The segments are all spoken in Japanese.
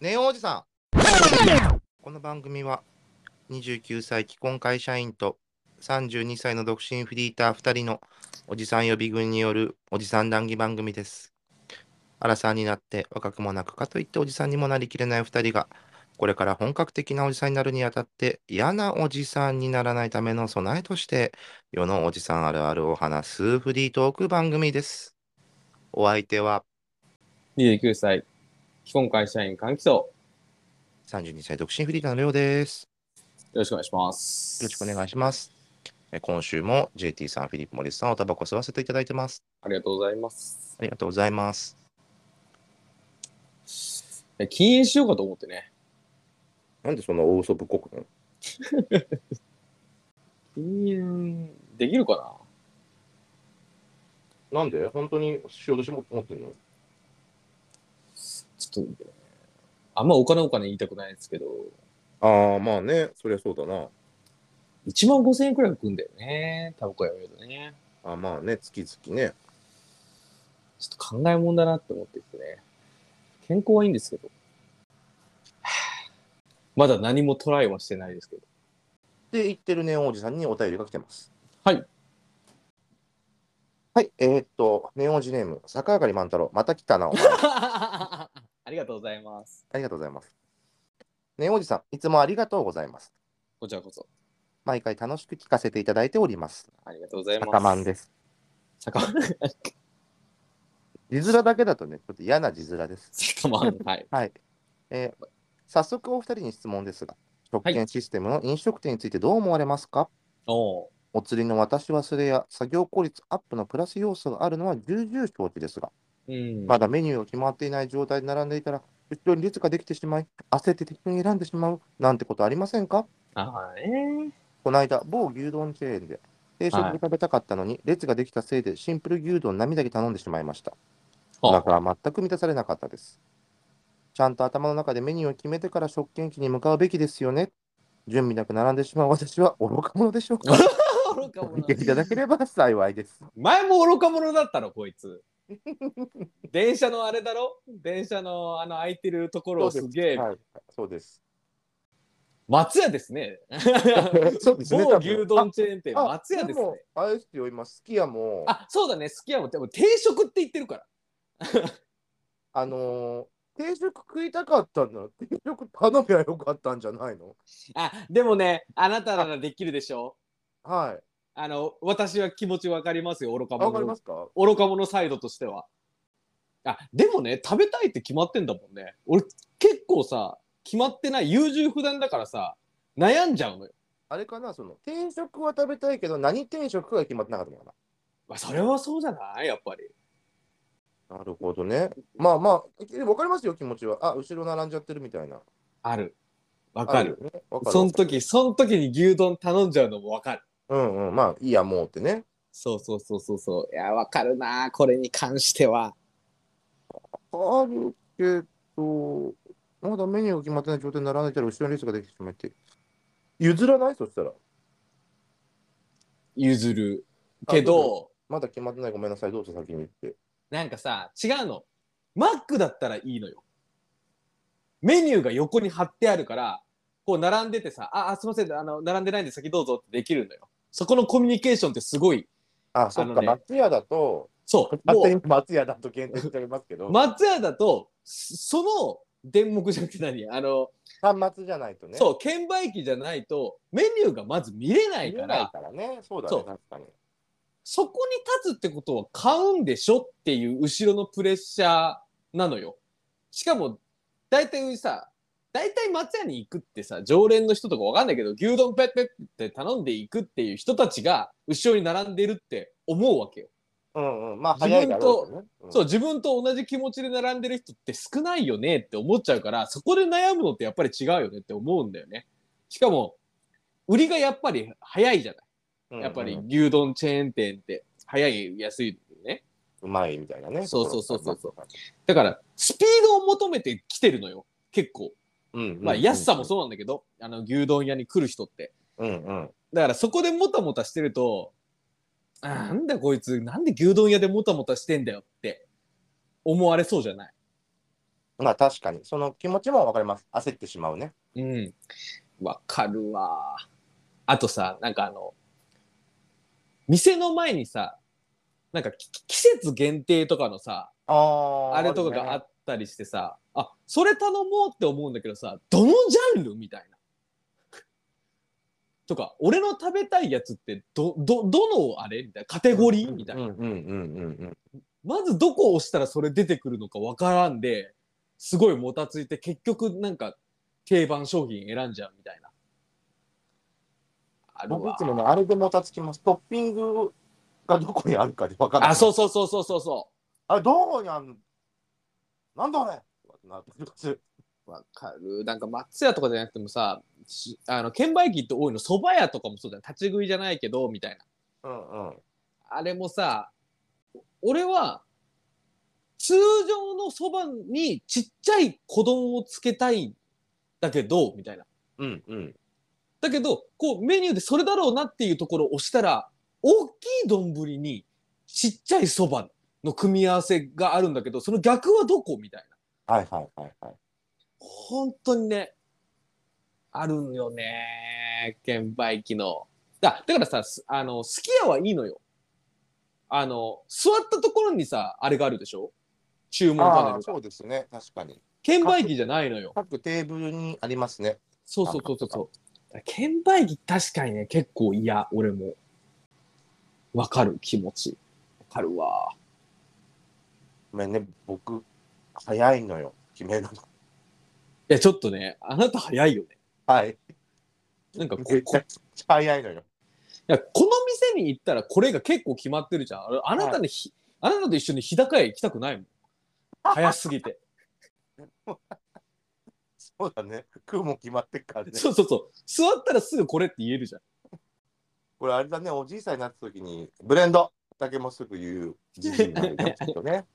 ネオおじさん。この番組は29歳既婚会社員と32歳の独身フリーター2人のおじさん予備軍によるおじさん談義番組です。アラサーになって若くもなくかといっておじさんにもなりきれない2人がこれから本格的なおじさんになるにあたって嫌なおじさんにならないための備えとして世のおじさんあるあるを話すフリートーク番組です。お相手は29歳、既婚会社員、換気層、よ32歳独身フリーターのりょうです。ろしくお願いします。よろしくおい。願いします。えー今週も JT さん、フィリップ・モリスさん、おタバコ吸わせていただいてます。ありがとうございます。ありがとうございます。え禁煙しようかと思ってね。なんでそんな大嘘ぶっこくの禁煙、できるかななんで本当にしようとしても思ってるのちょっと、あんまお金お金言いたくないですけど、ああ、まあね、そりゃそうだな。 1万5千円くらい浮くんだよね。タバコやめるとね。あまあね、月々ね。ちょっと考えもんだなって思ってきてね。健康はいいんですけど。は ぁまだ何もトライはしてないです けど。って言ってるネオンおじさんにお便りが来てます。はい。はい、えーっと、ネオンおじネーム、坂上がり万太郎、また来たな、 お前ありがとうございます。ありがとうございます。ネオンおじさん、いつもありがとうございます。こちらこそ。毎回楽しく聞かせていただいております。ありがとうございます。赤マンです。坂満。字面だけだとね、ちょっと嫌な字面です。坂満。はい。はい。えー早速お二人に質問ですが、食は券システムの飲食店についてどう思われますか、おうお釣りの渡し忘れや作業効率アップのプラス要素があるのは重々承知ですが、うん。まだメニューが決まっていない状態で並んでいたら、後ろに列ができてしまい、焦って適当に選んでしまうなんてことありませんかああ、ええこの間、某牛丼チェーンで定食が食べたかったのに、列ができたせいでシンプル牛丼並だけ頼んでしまいました。おあ腹は全く満たされなかったです。ちゃんと頭の中でメニューを決めてから食券機に向かうべきですよね。準備なく並んでしまう私は愚か者でしょう か。愚か見ていただければ幸いです。前も愚か者だったの、こいつ。電車のあれだろ電車のあの空いてるところをすげえ。はい、そうです。松屋ですね。 そうですね某牛丼チェーン店、あ松屋ですねも。あれですよ、今、すき家も、あ、あ、そうだね。好きやもん。でも定食って言ってるから。のー定食食いたかったんだら定食頼めばよかったんじゃないのあ、でもね、あなたならできるでしょはい。あの、私は気持ちわかりますよ、愚かあわかりま者。すか愚か者サイドとしては。あ、でもね、食べたいって決まってんだもんね。俺、結構さ、決まってない、優柔不断だからさ、悩んじゃうのよ。あれかな、その、定食は食べたいけど、何定食が決まってなかったのかなまあ、それはそうじゃないやっぱり。なるほどね。まあまあ、でもわかりますよ、気持ちは。あ、後ろ並んじゃってるみたいな。ある。わわかる。。わかる。その時、その時に牛丼頼んじゃうのもわかる。うんうん、まあ、いいや、もうってね。そうそうそうそうそう。いや、わかるなこれに関しては。あるけど、まだメニューが決まってない状態に並んでいたら、後ろに列ができてしまって。譲らないそしたら。譲る。あけそうど、まだ決まってない、ごめんなさい、どうぞ先に言って。なんかさ、違うの。マックだったらいいのよ。メニューが横に貼ってあるから、こう並んでてさ、あ、あすいません、あの、並んでないんで先どうぞってできるのよ。そこのコミュニケーションってすごい。あ、そっあか、のね松屋だと、そう。勝手にも松屋だと限定してありますけう、ど、松屋だと、そその電目じゃなくて何あの、端末じゃないとね。そう、券売機じゃないと、メニューがまず見れな見いれかないら、からね。そうだそね、う確かに。そこに立つってことは買うんでしょっていう後ろのプレッシャーなのよ。しかも、大体さ、大体松屋に行くってさ、常連の人とかわかんないけど、牛丼ペッペッって頼んでいくっていう人たちが後ろに並んでるって思うわけよ。うんうん、まあ、自分早いだろうけどね。うんそう、自分と同じ気持ちで並んでる人って少ないよねって思っちゃうから、そこで悩むのってやっぱり違うよねって思うんだよね。しかも、売りがやっぱり早いじゃない。うんうんやっぱり牛丼チェーン店って早い、安いね。うまいみたいなね。そうそうそうそうそうところがありますねだから、スピードを求めて来てるのよ、結構。うんまあ、安さもそうなんだけど、あの、牛丼屋に来る人って。うん。うんうん。だから、そこでもたもたしてると、あーなんだこいつ、なんで牛丼屋でもたもたしてんだよって思われそうじゃない。まあ確かに、その気持ちもわかります。焦ってしまうね。うん。わかるわ。あとさ、なんかあの、店の前にさ、なんかき季節限定とかのさ、あああれとかがあて。ったりしてさ、あ、それ頼もうって思うんだけどさ、どのジャンルみたいな。 とか、俺の食べたいやつって、ど、ど、どのあれみたいな。カテゴリーみたいな。うんうんうんうんうん。まずどこを押したらそれ出てくるのかわからんで、すごいもたついて、結局なんか定番商品選んじゃうみたいな。ある僕いわつ。もね、あれでもたつきます。トッピングがどこにあるかでわからない。あ、そうそうそうそうそうそあれ、どこにあるのなんだあれなったりとかするう。わかる。なんか松屋とかじゃなくてもさ、しあの、券売機って多いの、蕎麦屋とかもそうじゃん。立ち食いじゃないけど、みたいな。うんうん。あれもさ、俺は、通常のそばにちっちゃい小丼をつけたいんだけど、みたいな。うんうん。だけど、こうメニューでそれだろうなっていうところを押したら、大きい丼にちっちゃいそばの組み合わせがあるんだけど、その逆はどこみたいな。はいはいはいはい。本当にね、あるんよね。券売機の。だだからさ、すあの、すき家はいいのよ。あの、座ったところにさ、あれがあるでしょ注文パあネあ、ルそが。うですね。確かに。券売機じゃないのよ。各テーブルにありますね。そうそうそうそうそう。券売機確かにね、結構嫌、俺も。わかる気持ち。わかるわ。ごめんね、僕、早いのよ。決めるの。いや、ちょっとね、あなた早いよね。はい。なんかここめちゃくちゃ早いのよ。いやこの店に行ったらこれが結構決まってるじゃん。あれあなたにひ、あなたと一緒に日高屋行きたくないもん。早すぎて。そうだね。食うも決まってっからね。そうそうそう。座ったらすぐこれって言えるじゃん。これあれだね、おじいさんになった時に、ブレンドだけもすぐ言うじじいになるね、きっと ね。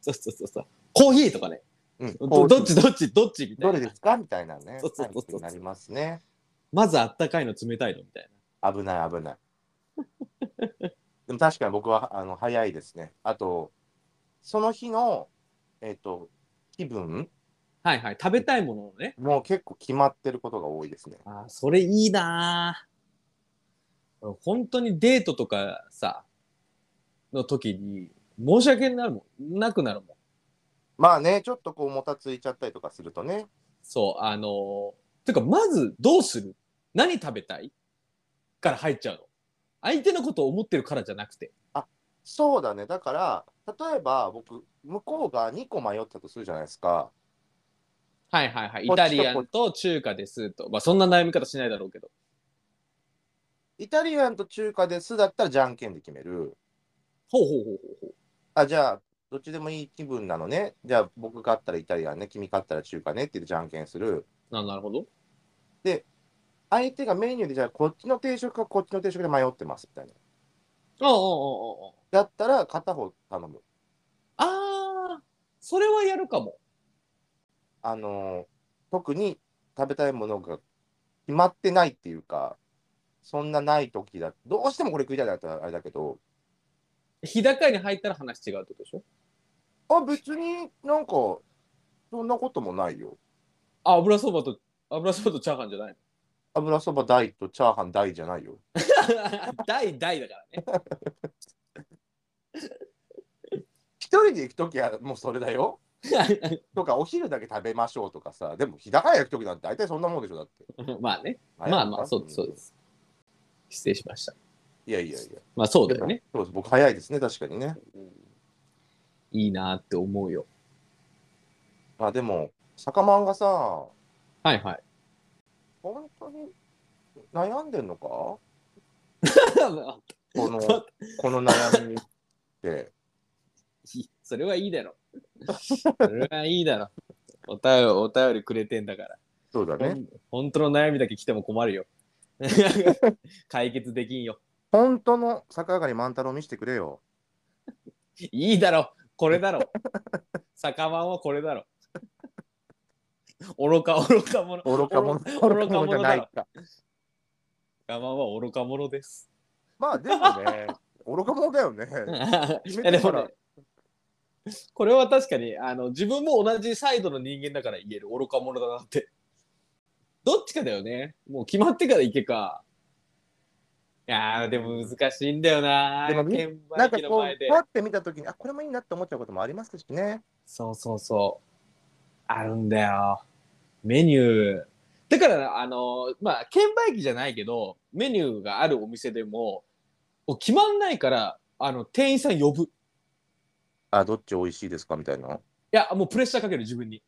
そうそうそうそう。コーヒーとかね。うん、どどっちどっちどっちみたどいれな。ですかみたいなねそう、そうタイそうそうプになりますね。まずあったかいの冷たいのみたい危ない、危ない。 でも確かに僕はあの早いですね。あと、その日の、えっと気分な。はいはい。食べたいものをね。もう結構決まってることが多いですね。あーそれいいなぁ俺本当にデートとかさ、の時に、申し訳になるもん。なくなるもん。まあね、ちょっとこうもたついちゃったりとかするとね。そう、あのーてか、まず、どうする何食べたいから入っちゃうの。相手のことを思ってるからじゃなくて。そうだね、だから、例えば僕、向こうが2個迷ったとするじゃないですか。はいはいはい。イこっちとタリアンと中華ですと。まあ、そんな悩み方しないだろうけど。イタリアンと中華ですだったらじゃんけんで決める。ほうほうほうほうほう。あ、じゃあ、どっちでもいい気分なのね。じゃあ、僕勝ったらイタリアンね、君勝ったら中華ねって言ってじゃんけんする。ななるほど。相手がメニューで、じゃあ、こっちの定食かこっちの定食で迷ってますみたいな。ああ、ああ、だったら、片方頼む。ああ。ああ、それはやるかも。あのー特に食べたいものが決まってないっていうか、そんなない時だ。どうしてもこれ食いたいだったらあれだけど、日高屋に入ったら話違うってことでしょあ、別になんか、そんなこともないよ。あ、油そばと、油そばとチャーハンじ ゃない油そば大とチャーハン大じゃないよ。の大大だからね。一人で行く時はもうそれだ よ。とか、お昼だけ食べましょうとかさ、でも日高屋行くときなんて大体そんなもんでしょ、だって。。まあね。 まあまあ、そうです、そうですす。失礼しました。いやいやいや。まあそうだよね。そうです、僕早いですね、確かにね。いいなって思うよ。まあでも、酒まんがさ、はいはい。本当に悩んでんのかこの、 待っこの悩みって。それはいいだろ。それはいいだろ。お便り、お便りくれてんだから。そうだね。本当の悩みだけ来ても困 るよ。解決できんよ。本当の逆上がり万太郎見せてくれよ。いいだろ、これだろ。酒碗はこれだろ。愚か愚か者。愚か者、愚愚か者だろ。か。我慢は愚か者です。 まあでもね、愚か者だよね。いや決め でてかもらね、これは確かにあの自分も同じサイドの人間だから言える愚か者だなってどっちかだよねもう決まってから行けかいやーでも難しいんだよなでもみ券なん売か機のこ前でう、パって見たときに、あ、これもいいなって思っちゃうこともありますしね。そうそうそうあるんだよメニューだからあのまあ券売機じゃないけどメニューがあるお店でももう決まんないからあの店員さん呼ぶいあ、どっち美味しいですかみたいな。やもうプレッシャーかける自分に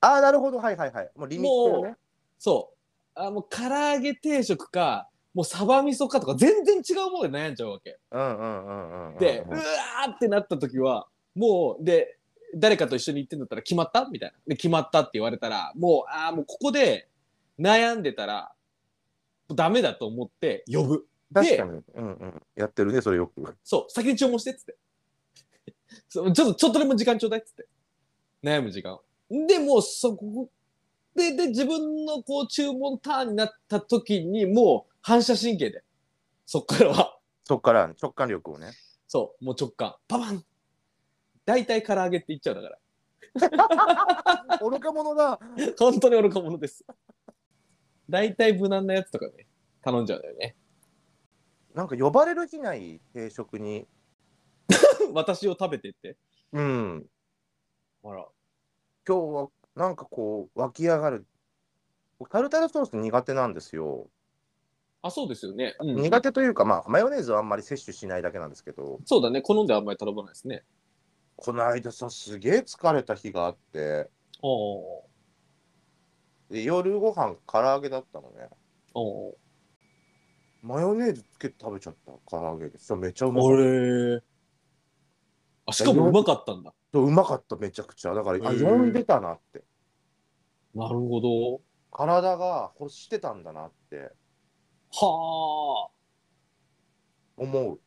あー、なるほど。はいはいはい。もうリミットよね。そう。あもう唐揚げ定食か、もうサバ味噌かとか全然違うもので悩んじゃうわけ。うんうんうんうんうんうん。で、うわーってなった時は、もう、で、誰かと一緒に行ってんだったら決まったみたいな。で、決まったって言われたら、もう、ああ、もうここで悩んでたら、もうダメだと思って呼ぶ。確かに。うんうん。やってるね、それよく。そう、先に注文してっつって。 そうちょっと、ちょっとでも時間ちょうだいっつって。悩む時間を。で、もうそこ、で、で、自分のこう注文ターンになった時に、もう反射神経で。そっからは、そっから直感力 をね。そう、もう直感。パパン大体唐揚げって言っちゃうだから。愚か者だ。本当に愚か者です。大体無難なやつとかね、頼んじゃうんだよね。 なんか呼ばれる日ない定食に。私を食べてって。うん。ほら。今日はなんかこう、湧き上がる。僕タルタルソース苦手なんですよ。あ、そうですよね。うん苦手というか、まあ、マヨネーズはあんまり摂取しないだけなんですけど、そうだね。好んであんまり頼まないですね。この間さ、すげえ疲れた日があって、おーで夜ご飯唐揚げだったのね。おーマヨネーズつけて食べちゃった唐揚げで。そうめちゃうまかあっれあしかもうまかったんだ。た。うまかった、めちゃくちゃ。だかへら、あ、ー呼んでたなって。なるほ体が欲してたんだなってど。はあ。思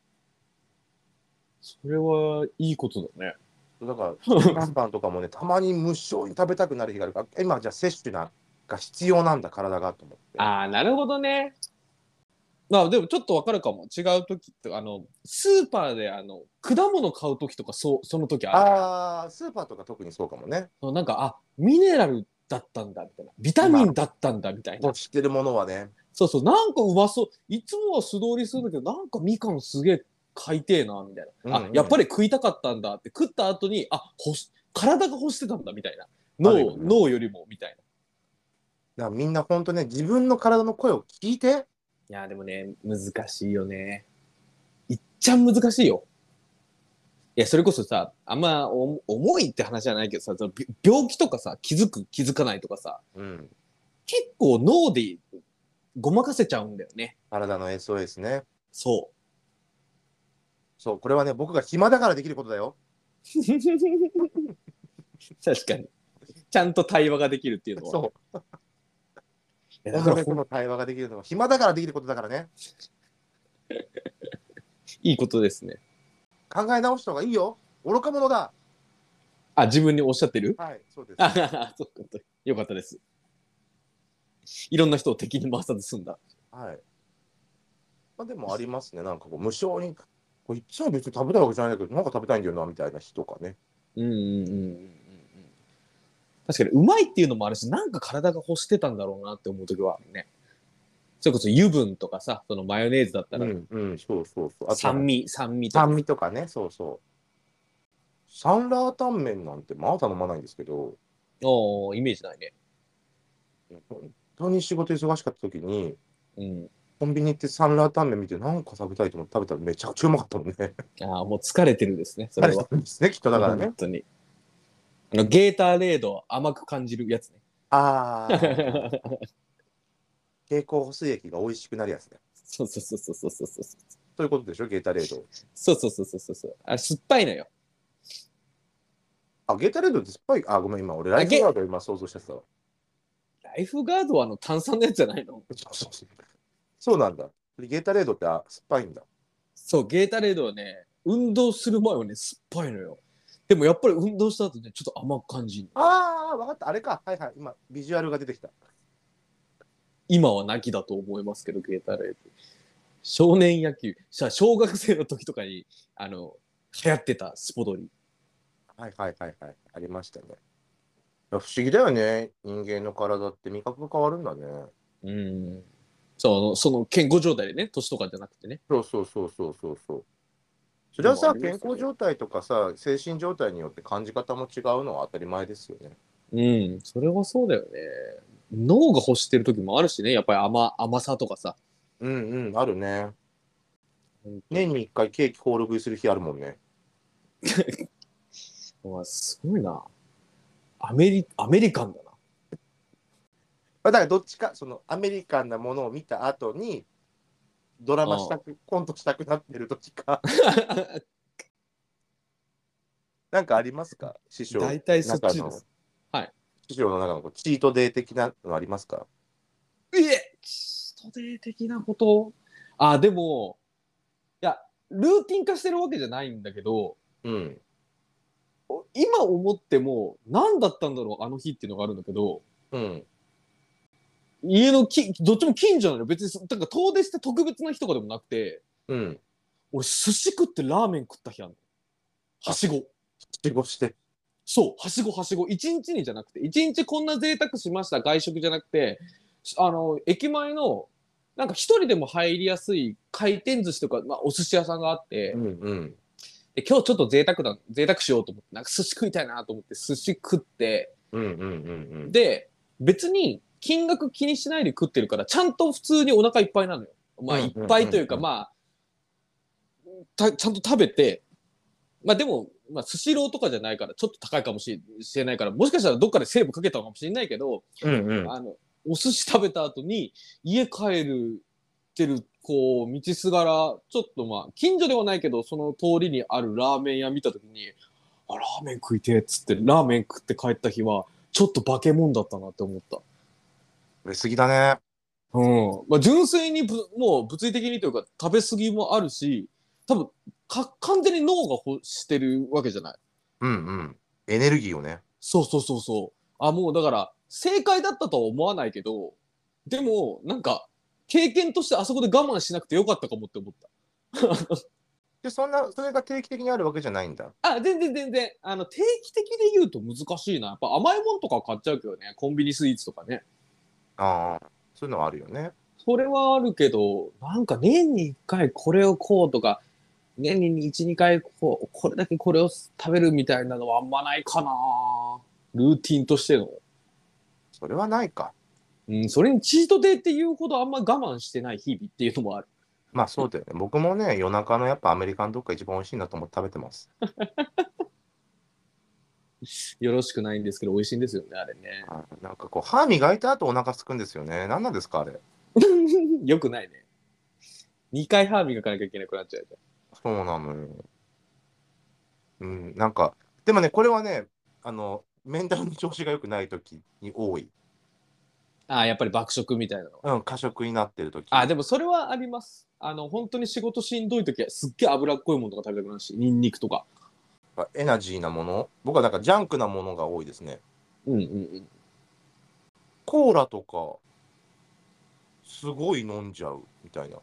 それはいいことだね。う。だ から、チキン南蛮とかもね、たまに無性に食べたくなる日があるから、今じゃあ摂取なんか必要なんだ、体がと思って。ああ、なるほどね。まあでもちょっとわかるかも。違う時って、あの、スーパーであの、果物買う時とか、そう、その時ある。あー、スーパーとか特にそうかもね。そうなんか、あ、ミネラルだったんだ、みたいな。ビタミンだったんだ、みたいな。欲してるものはね。そうそう、なんかうまそう。いつもは素通りするんだけど、なんかみかんすげえ買いてえな、みたいな。うんうんあ、やっぱり食いたかったんだって、食った後に、あ、ほし、体が欲してたんだ、みたいな。あるよね脳、脳よりも、みたいだな。からみんな本当ね、自分の体の声を聞いて、いや、でもね、難しいよね。いっちゃん難しいよ。いや、それこそさ、あんまお重いって話じゃないけどさ、そのび病気とかさ、気づく、気づかないとかさ、うん、結構脳でごまかせちゃうんだよね。体の SOS ね。そう。そう、これはね、僕が暇だからできることだよ。 確かに。ちゃんと対話ができるっていうのは。そ、いうやだからこほんの対話ができるのは暇だからできることだからね。いいことですね。考え直した方がいいよ。愚か者だ。あ、自分におっしゃってる はい、そうです。あそうか。よかったです。いろんな人を敵に回さず済んだ。はい。まあ、でもありますね。なんかこう無性に、これいつも別に食べたいわけじゃないんだけど、なんか食べたいんだよなみたいな日とかね。うんうんうんうんうん。確かに、うまいっていうのもあるし、なんか体が欲してたんだろうなって思う時はあるね。それこそ油分とかさ、そのマヨネーズだったうら、ん、うん、そうそうそう。あと酸味、酸味とか。酸味とかね、そうそう。サンラータンメンなんてまだ頼まないんですけど、おーイメージないね。本当に仕事忙しかった時に、うん。コンビニ行ってサンラータンメン見て、なんか食べたいと思って食べたらめちゃくちゃうまかったもんね。ああ、もう疲れてるですね、そあれれは。ですね、きっとだからね本。当に。あの、ゲーターレードを甘く感じるやつね。ああ、経口補水液が美味しくなるやつね。そうそうそうそうそうそうそう。ということでしょ、ゲータレード。そうそうそうそうそうそう。あれ、酸っぱいのよ。あ、ゲータレードって酸っぱい。あ、ごめん、今、俺、ライフガード今想像してたわ。ライフガードはあの炭酸のやつじゃないのそうそうそうそうなんだ。ゲータレードってあ酸っぱいんだ。そう、ゲータレードはね、運動する前はね、酸っぱいのよ。でもやっぱり運動した後ね、ちょっと甘く感じる。ああ、わかった。あれか。はいはい。今、ビジュアルが出てきた。今はなきだと思いますけど、ゲータレード。少年野球、さ小学生の時とかに、あの、流行ってたスポドリ。はいはいはいはい。ありましたね。いや不思議だよね。人間の体って味覚が変わるんだね。うん。その、その健康状態でね、年とかじゃなくてね。そうそうそうそうそうそう。それはさ、でもありま健すね康状態とかさ、精神状態によって感じ方も違うのは当たり前ですよね。うん。それはそうだよね。脳が欲してる時もあるしね、やっぱり甘、甘さとかさ。うんうん、あるね。うん年に一回ケーキ放浪食いする日あるもんね。うわ、すごいな。アメリ、アメリカンだな。まあだからどっちか、そのアメリカンなものを見た後に、ドラマしたく、コントしたくなってる時 か。 なんかありますか師匠。大体そっち中でのす。はい。師匠の中のこうチートデー的なのありますかえチートデイ的なことあ、でも、いや、ルーティン化してるわけじゃないんだけど、うん。お今思っても、何だったんだろう、あの日っていうのがあるんだけど、うん。家のき、どっちも近所なのよ別にそ、だから遠出して特別な日とかでもなくて、うん。俺、寿司食ってラーメン食った日あるの。はしご。仕事して。そう、はしごはしご。一日にじゃなくて、一日こんな贅沢しました、外食じゃなくて、あの、駅前の、なんか一人でも入りやすい回転寿司とか、まあ、お寿司屋さんがあって、うんうん。で今日ちょっと贅沢だ、贅沢しようと思って、なんか寿司食いたいなと思って、寿司食って、うんうんうんで、別に金額気にしないで食ってるから、ちゃんと普通にお腹いっぱいなのよ。まあ、うんいっぱいというか、うんまあ、たちゃんと食べて、まあでも、まあ、スシローとかじゃないから、ちょっと高いかもしれないから、もしかしたらどっかでセーブかけたのかもしれないけど、うんうん。あの、お寿司食べた後に、家帰る、てる、こう、道すがら、ちょっとまあ、近所ではないけど、その通りにあるラーメン屋見たときに、あ、ラーメン食いてえっつって、ラーメン食って帰った日は、ちょっと化け物だったなって思った。食べ過ぎだね。うん。まあ、純粋にぶ、もう物理的にというか、食べ過ぎもあるし、多分、か、完全に脳が欲してるわけじゃない。うんうん。エネルギーをね。そうそうそうそう。あ、もうだから、正解だったとは思わないけど、でも、なんか、経験としてあそこで我慢しなくてよかったかもって思っで、そんな、それが定期的にあるわけじゃないんだ。た。あ、全然全然。あの、定期的で言うと難しいな。やっぱ甘いもんとか買っちゃうけどね。コンビニスイーツとかね。ああ、そういうのはあるよね。それはあるけど、なんか年に1回これをこうとか、年に1、2回こう、これだけこれを食べるみたいなのはあんまないかなルーティンとしての。それはないか。うん、それにチートデイっていうほどあんま我慢してない日々っていうのもある。まあそうだよね。僕もね、夜中のやっぱアメリカンドッグが一番美味しいなと思って食べてます。。よろしくないんですけど、美味しいんですよね、あれね あーなんかこう、歯磨いた後お腹すくんですよね。何なんですか、あれ。よくないね。2回歯磨かなきゃいけなくなっちゃうじそうなのよ。うん、なんか、でもね、これはね、あの、メンタルの調子が良くない時に多い。ゃん。ああ、やっぱり爆食みたいなの。うん、過食になってる時。ああ、でもそれはあります。あの、本当に仕事しんどい時は、すっげえ脂っこいものとか食べたくなるし、ニンニクとか。エナジーなもの、僕はなんかジャンクなものが多いですね。うんうんうん。コーラとか、すごい飲んじゃうみたいな。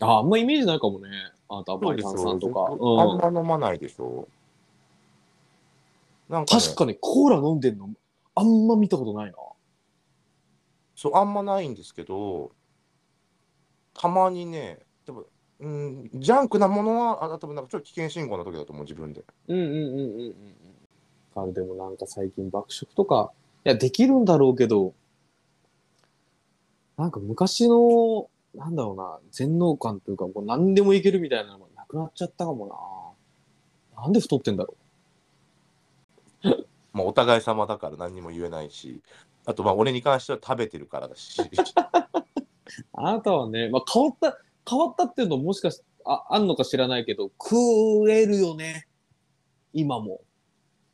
ああ、あんまイメージないかもね。あなた、あんまり炭酸とか。うん。あんま飲まないでしょ。なんか、ね、確かにコーラ飲んでんの、あんま見たことないな。そう、あんまないんですけど、たまにね、でも、うん、ジャンクなものは、あ多分なんかちょっと危険信号の時だと思う、自分で。うんうんうんうんうんうん。あでもなんか最近爆食とか、いや、できるんだろうけど、なんか昔の、なんだろうな、全能感というか、こう何でもいけるみたいなのがなくなっちゃったかもな。なんで太ってんだろまあ、お互い様だから何にも言えないし、あと、まあ、俺に関しては食べてるからだし。う。あなたはね、まあ、変わった、変わったっていうのももしかしあ、あんのか知らないけど、食えるよね。今も。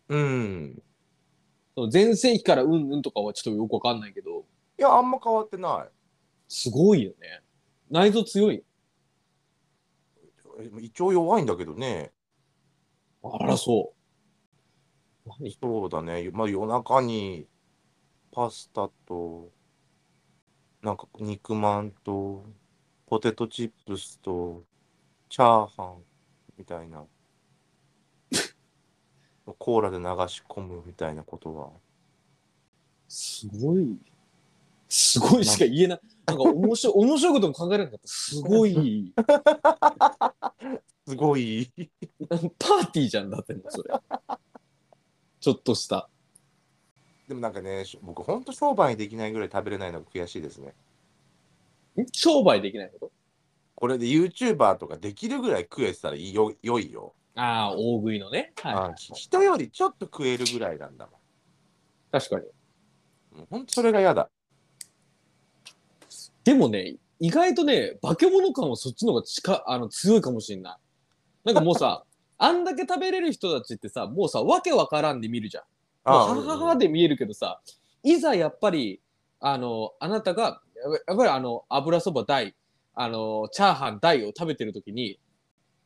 うん。その前世紀からうんうんとかはちょっとよくわかんないけど、いや、あんま変わってない。すごいよね。内臓強い。え胃腸弱いんだけどね。あら、そう。何そうだね、まあ、夜中にパスタと、なんか肉まんと、ポテトチップス と、チャーハンみたいな。コーラで流し込むみたいなことは。すごい。すごいしか言えない。なんか面白い、 面白いことも考えられなかった。すごい。すごい。パーティーじゃんだってもうそれ。ちょっとした。でもなんかね、し僕、ほんと商売できないぐらい食べれないのが悔しいですね。ん商売できないここれで YouTuber とかできるぐらい食えてたらいいよ良いよ、とああ、大食いのね。はいはいはい、うん人よりちょっと食えるぐらいなんだも確かに。ん。もうほんとそれが嫌だ。でもね、意外とね、化け物感はそっちの方が近あの強いかもしれない。なんかもう さ、あんだけ食べれる人たちってさ、もうさ、わけわからんで見るじゃん。もうははははあで見えるけどさ、いざやっぱり、あの、あなたが、やっぱやっぱりあの、油そば大、あの、チャーハン大を食べてるときに、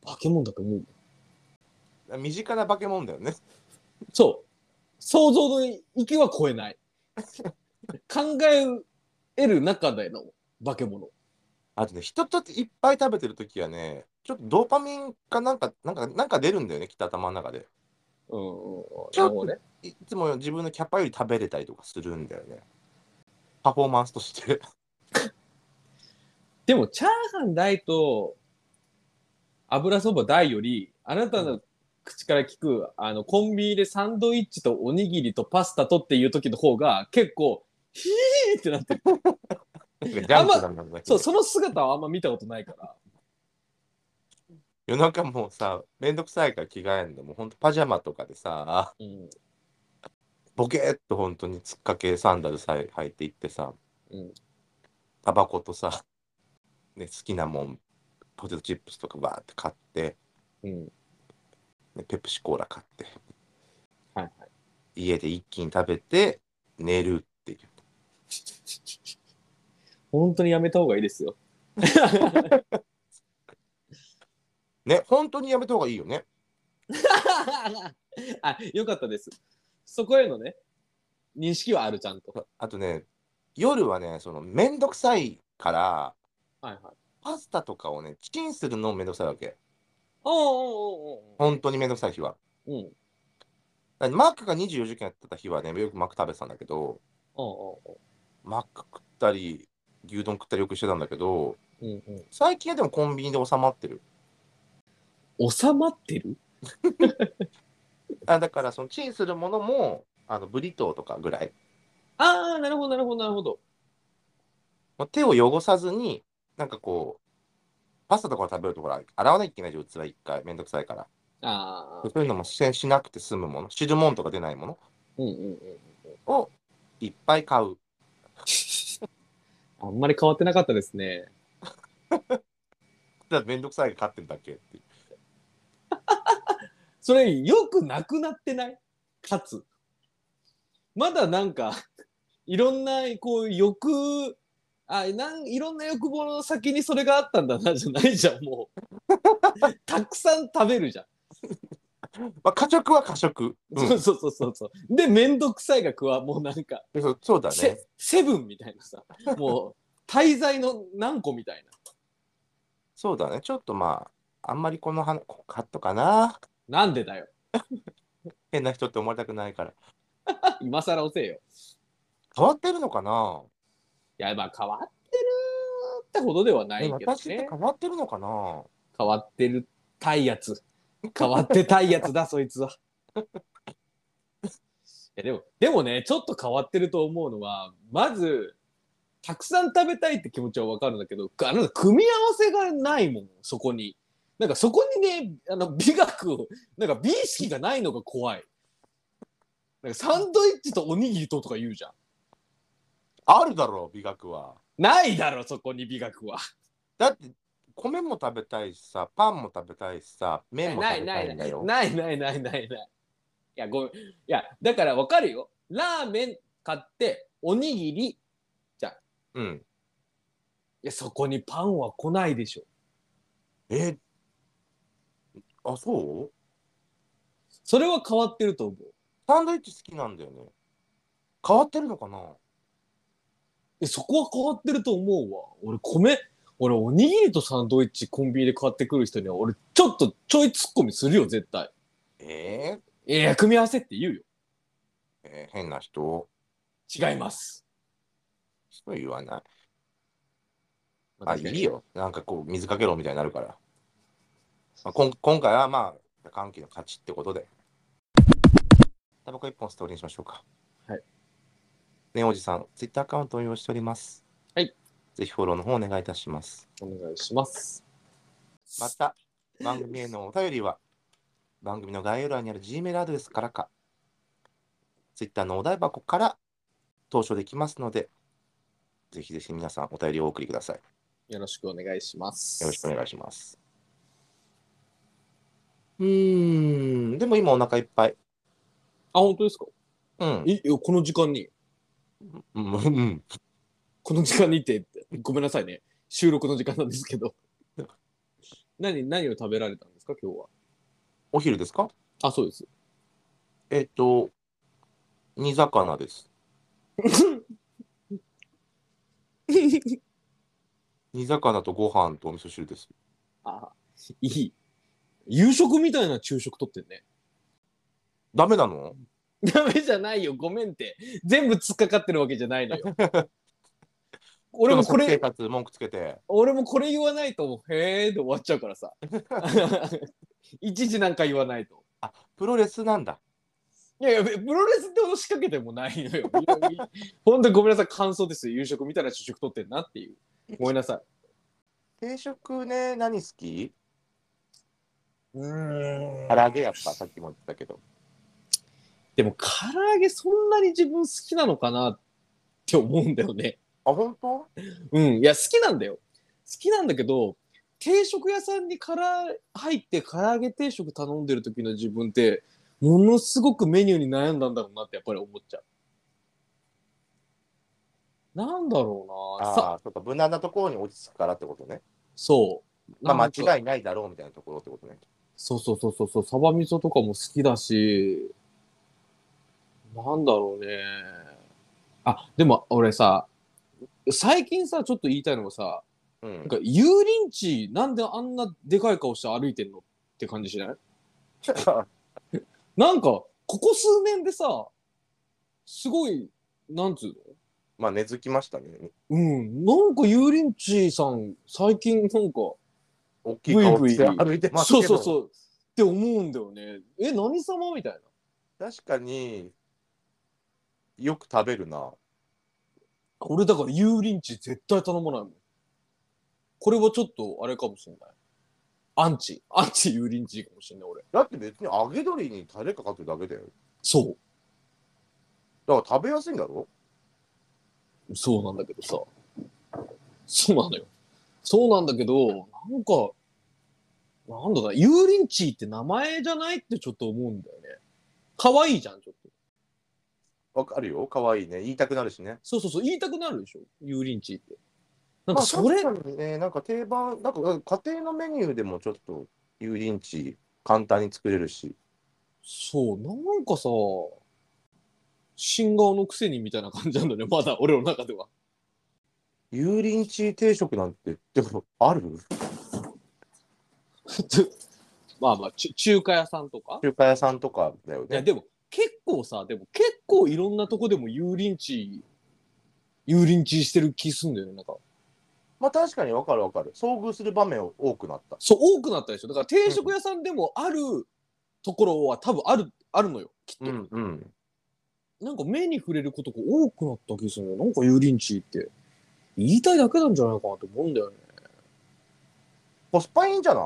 化け物だと思う。うん身近な化け物だよね。 そう。想像の域は超 えない。考える中での化け物。あとね、人といっぱい食べてるときはね、ちょっとドーパミンかなんか、なんか、なんか出るんだよね、きっと頭の中で。うんうんうん。ちょっとなるほどね。いいつも自分のキャパより食べれたりとかするんだよね。パフォーマンスとして。 でも、チャーハン大と油そば大より、あなたの口から聞く、あの、コンビニでサンドイッチとおにぎりとパスタとっていう時の方が、結構、ヒーってなってる。なんかジャンクなんだけどそう、その姿はあんま見たことないから。夜中もうさ、めんどくさいから着替えんの、もうほんとパジャマとかでさ、 うん。ボケーっと本当に突っかけサンダルさえ履いていってさ、うんタバコとさ、ね、好きなもんポテトチップスとかバーって買って、うん。ね、ペプシコーラ買って、はいはい。家で一気に食べて寝るっていう本当にやめた方がいいですよ。 ね本当にやめた方がいいよねあ、よかったです。そこへのね、認識はある、ちゃんと。あとね夜はねそのめんどくさいからはいはい。パスタとかをねチキンするのもめんどくさいわけおうおうおうおう本当にめんどくさい日はうん。うん。だからマックが24時間やってた日はねよくマック食べてたんだけどおうおうマック食ったり牛丼食ったりよくしてたんだけどおううんうん。最近はでもコンビニで収まってる収まってるあだからそのチンするものもあのブリトーとかぐらいああ、なるほど、なるほど、なるほど。もう手を汚さずになんかこうパスタとかを食べるとほら洗わないといけないじゃん器一回めんどくさいからああそ、ういうのも視しなくて済むもの汁物とか出ないものうんうん うん。をいっぱい買うあんまり変わってなかったですね。だからめんどくさいが買ってるだけっていうそれ、よくなくなってないかつ。まだなんか、いろんな、こう、欲、あなん、いろんな欲望の先にそれがあったんだな、じゃないじゃん、も う。たくさん食べるじゃん。まあ過食は過食、うんそうそうそうそうそう。で、めんどくさいが加わ、もうなんか、でそうそうだねセセブンみたいなさ、もう、滞在の何個みたいな。そうだねちょっとまああんまりこの花こカットかななんでだよ。変な人って思われたくないから今更おせえよ。変わってるのかな、いや、まあ変わってるってほどではないえけど私ってね。変わってるのかな変わってるたいやつ。変わってたいやつ だ、そいつは。 いや、でも、でもね、ちょっと変わってると思うのは、まず、たくさん食べたいって気持ちはわかるんだけど、あの、組み合わせがないもん、そこに。なんかそこにね、あの、美学を、なんか美意識がないのが怖い。なんかサンドイッチとおにぎりととか言うじゃん。あるだろう美学はないだろ、そこに美学は。だって米も食べたいしさパンも食べたいしさ麺もな食いべなたいいんなだいよないないないないないいやごめんいやだからわかるよラーメン買っておにぎりいうんやそこにパンは来ないでしょえあそうそれは変わってると思うサンドイッチ好きなんだよね変わってるのかないやそこは変わってると思うわ俺米俺おにぎりとサンドイッチコンビニで買ってくる人には俺ちょっとちょいツッコミするよ絶対えー、いや、組み合わせって言うよ。えー変な人違います。そう言わない。あ、いい。よ。なんかこう、水かけろみたいになるから。まあ、こん今回はまあ、歓喜の勝ちってことで。タバコ一本ストーリーにしましょうか。はい。ねおじさん、ツイッターアカウントを用意しております。はい。ぜひフォローの方お願いいたします。お願いします。また、番組へのお便りは、番組の概要欄にある Gmail アドレスからか、ツイッターのお台箱から投書できますので、ぜひぜひ皆さんお便りをお送りください。よろしくお願いします。よろしくお願いします。うーん、でも今お腹いっぱい。あ、本当ですかうん。え、いやこの時間に、うんうん。この時間にって、ごめんなさいね。収録の時間なんですけど。 何、何を食べられたんですか、今日は。お昼ですかあ、そう です。えっ、と、煮魚です。煮魚とご飯とお味噌汁です。あ、いい。夕食みたいな昼食とってんね。ダメなのダメじゃないよ、ごめんって。全部突っかかってるわけじゃないのよ。 俺もこ今日の食生れ、活文句つけて。俺もこれ言わないと、へえで終わっちゃうから さ。いちいちなんか言わないと。あ、プロレスなんだ。いやいや、プロレスってほど仕掛けてもないのよ。 本当にごめんなさい、感想ですよ。夕食みたいな主食取ってんなっていう。ごめんなさい。定食ね、何好きうん唐揚げやっぱ、 さっきも言ったけど。でも、唐揚げそんなに自分好きなのかなって思うんだよね。あ、本当うん。いや、好きなんだよ。好きなんだけど、定食屋さんにから入って唐揚げ定食頼んでる時の自分って、ものすごくメニューに悩んだんだろうなってやっぱり思っちゃう。なんだろうなさ、ああ、そうか、無難なところに落ち着くからってことね。そう。まなあん、か間違いないだろうみたいなところってことね。そうそうそうそうそう、サバ味噌とかも好きだし、なんだろうね。あ、でも俺さ、最近さ、ちょっと言いたいのがさ、うなんん。か油淋鶏なんであんなでかい顔して歩いてんのって感じしないなんか、ここ数年でさ、すごい、なんつうのまあ、根付きましたね。うん、なんか油淋鶏さん、最近なんか、大きい顔ブイブイして歩いてますけそどうそうそう、って思うんだよね。え、何様みたいな。確かによく食べるな俺だから油淋鶏絶対頼まないもん。これはちょっとあれかもしんない。アンチ。アンチ油淋鶏かもしんない俺。だって別に揚げ鶏にタレかかってるだけだよそだから食べやすいんだろう。そうなんだけどさ。そうなのよ。そうなんだけど、なんか、なんだろうな、油淋鶏って名前じゃないってちょっと思うんだよね。可愛いじゃん、ちょっと。わかるよ可愛いね言いたくなるしねそうそうそう、言いたくなるでしょ油淋鶏って。なんかそれ、まあ、確かにねなんか定番なんか家庭のメニューでもちょっと油淋鶏簡単に作れるしそう、なんかさ、新顔のくせにみたいな感じなんだね、まだ俺の中では。油淋鶏定食なんてでもあるまあまあ、ちゅ中華屋さんとか。中華屋さんとかだよいや、ねでも、結構さ、でも結構いろんなとこでも油淋鶏、油淋鶏してる気すんだよね、なんか。まあ確かにわかるわかる遭遇する場面多くなったそう、多くなったでしょ。だから定食屋さんでもあるところは多分ある、あるのよ、きっと。うんうんなんか目に触れることが多くなった気するんだよ。なんか油淋鶏って。言いたいだけなんじゃないかなと思うんだよね。コスパいいんじゃない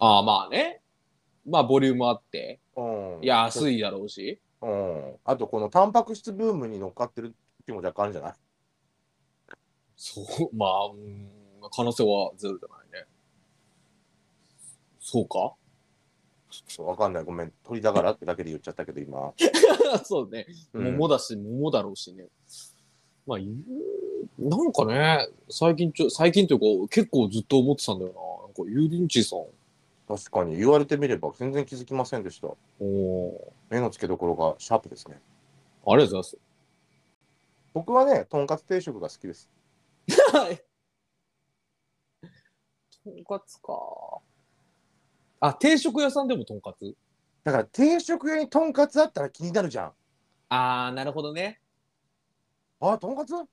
ああ、まあね。まあ、ボリュームあって。うんいや、安いだろうし。うん、あとこのタンパク質ブームに乗っかってる時も若干あるんじゃないそう、まあ、うん、可能性はゼロじゃないね。そうかちょっとわかんないごめん鳥だからってだけで言っちゃったけど 今、 そうね。うん桃だし、桃だろうしね。まあ、言うなんかね、最近ちょ、最近というか、結構ずっと思ってたんだよな。なんか、油淋鶏さん。確かに言われてみれば全然気づきませんでしたおー目の付けどころがシャープですねありがとうござい僕はねとんかつ定食が好きですます。はい。とんかつか。あ、定食屋さんでもとんかつだから定食屋にとんかつあったら気になるじゃん。ああ、なるほどね。あ、とんかつあ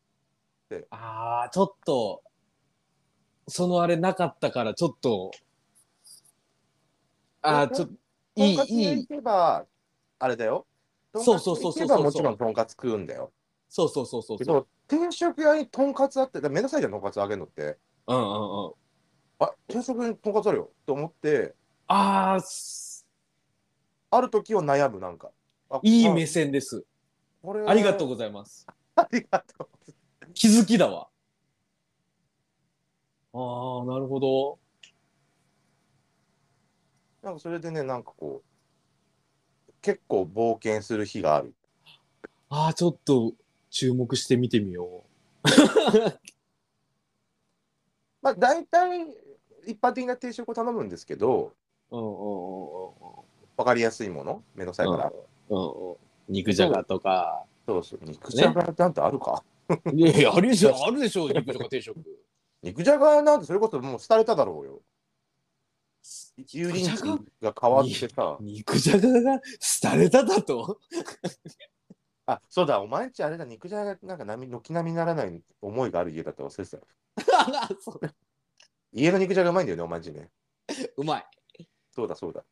あ、ちょっと、そのあれなかったから、ちょっと、ああ、ちょっと、といんいか、つい屋い行。けば、あれだよ。とんそかうつそうそ行うそうそうけばもちろんとんかつ食うんだよ。そうそうそうそうけそう。ど、定食屋にとんかつあって、だからめんどくさいじゃん、とんかつあげるのって。うんうんうん。あ、定食屋にとんかつあるよと思って、ああ、すある時は悩む、なんか。あいいあ目線です。これはありがとうございます。ありがとう。気づきだわ。ああ、なるほど。なんかそれでね、なんかこう、結構冒険する日がある。ああ、ちょっと注目して見てみよまあ大体、一般的な定食を頼むんですけど、う。うんうんわかりやすいもの、目のさいから。うんうんうんうん。肉じゃがと か。そうそう。肉じゃがなんてあるか。いやいや、あるでしょ、あるでしょ、肉じゃが 定食。肉じゃがなんてそれこそもう廃れただろうよ。油淋肉じゃ鶏が変わってさ。肉じゃがが廃れただとあ、そうだ、お前んちあれだ、肉じゃがなんか並軒並みにならない思いがある家だって忘れてた。あらそう家の肉じゃがうまいんだよね、お前んちね。 うまい。そうだ、そうだ。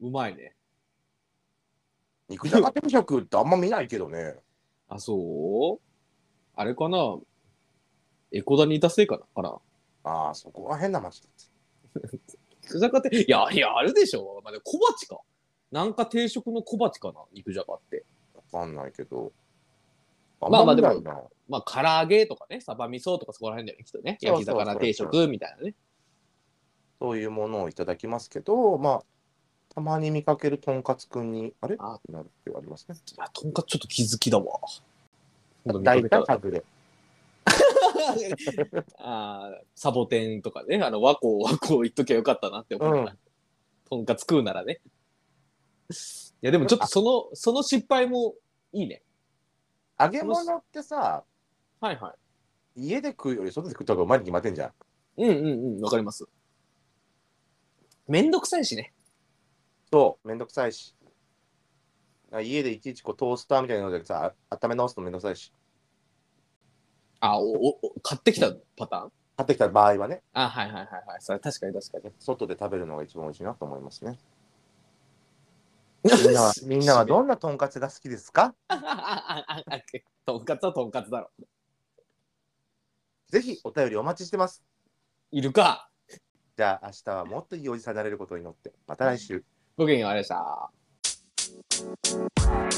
うまいね。肉じゃが定食ってあんま見ないけどね。あ、そうあれかなエコダにいたせいかなかなああ、そこは変な街だって。肉じゃがって、いや、いや、あるでしょ。まあ、でも小鉢か。なんか定食の小鉢かな肉じゃがって。わかんないけど。あまあまあでもんま見ないなまあ、唐揚げとかね、サバ味噌とかそこら辺だよね、きっとね。そうそ焼うきそう魚定食みたいなね。そういうものをいただきますけど、まあ、たまに見かけるとんかつくんに、あれあってなるってありますね。いや、とんかつちょっと気づきだわ。今度見か大けた体ら外れ。あーサボテンとかね、あの、和光、和光言っときゃよかったなって思うから、うとんかつ食うならね。いや、でもちょっとその、その失敗もいいね。揚げ物ってさ、はいは家で食うより外で食った方がうまいに決まってんじゃん。い。うんうんうん、わかります。めんどくさいしね。そう、めんどくさいし。あ家でいちいちこうトースターみたいなのでさ、温め直すのめんどくさいし。あ、お、お、お買ってきたパターン買ってきた場合はね、あ、はいはいはいはい。それ確かに確か外で食べるのが一番美味しいなと思いますね。に。みんな は、みんなはどんなとんかつが好きですかとんかつはとんかつだろ。ぜひお便りお待ちしてます。いるか。じゃあ明日はもっといいおじさんになれることに乗って、また来週。ごきげんようありがとうございました。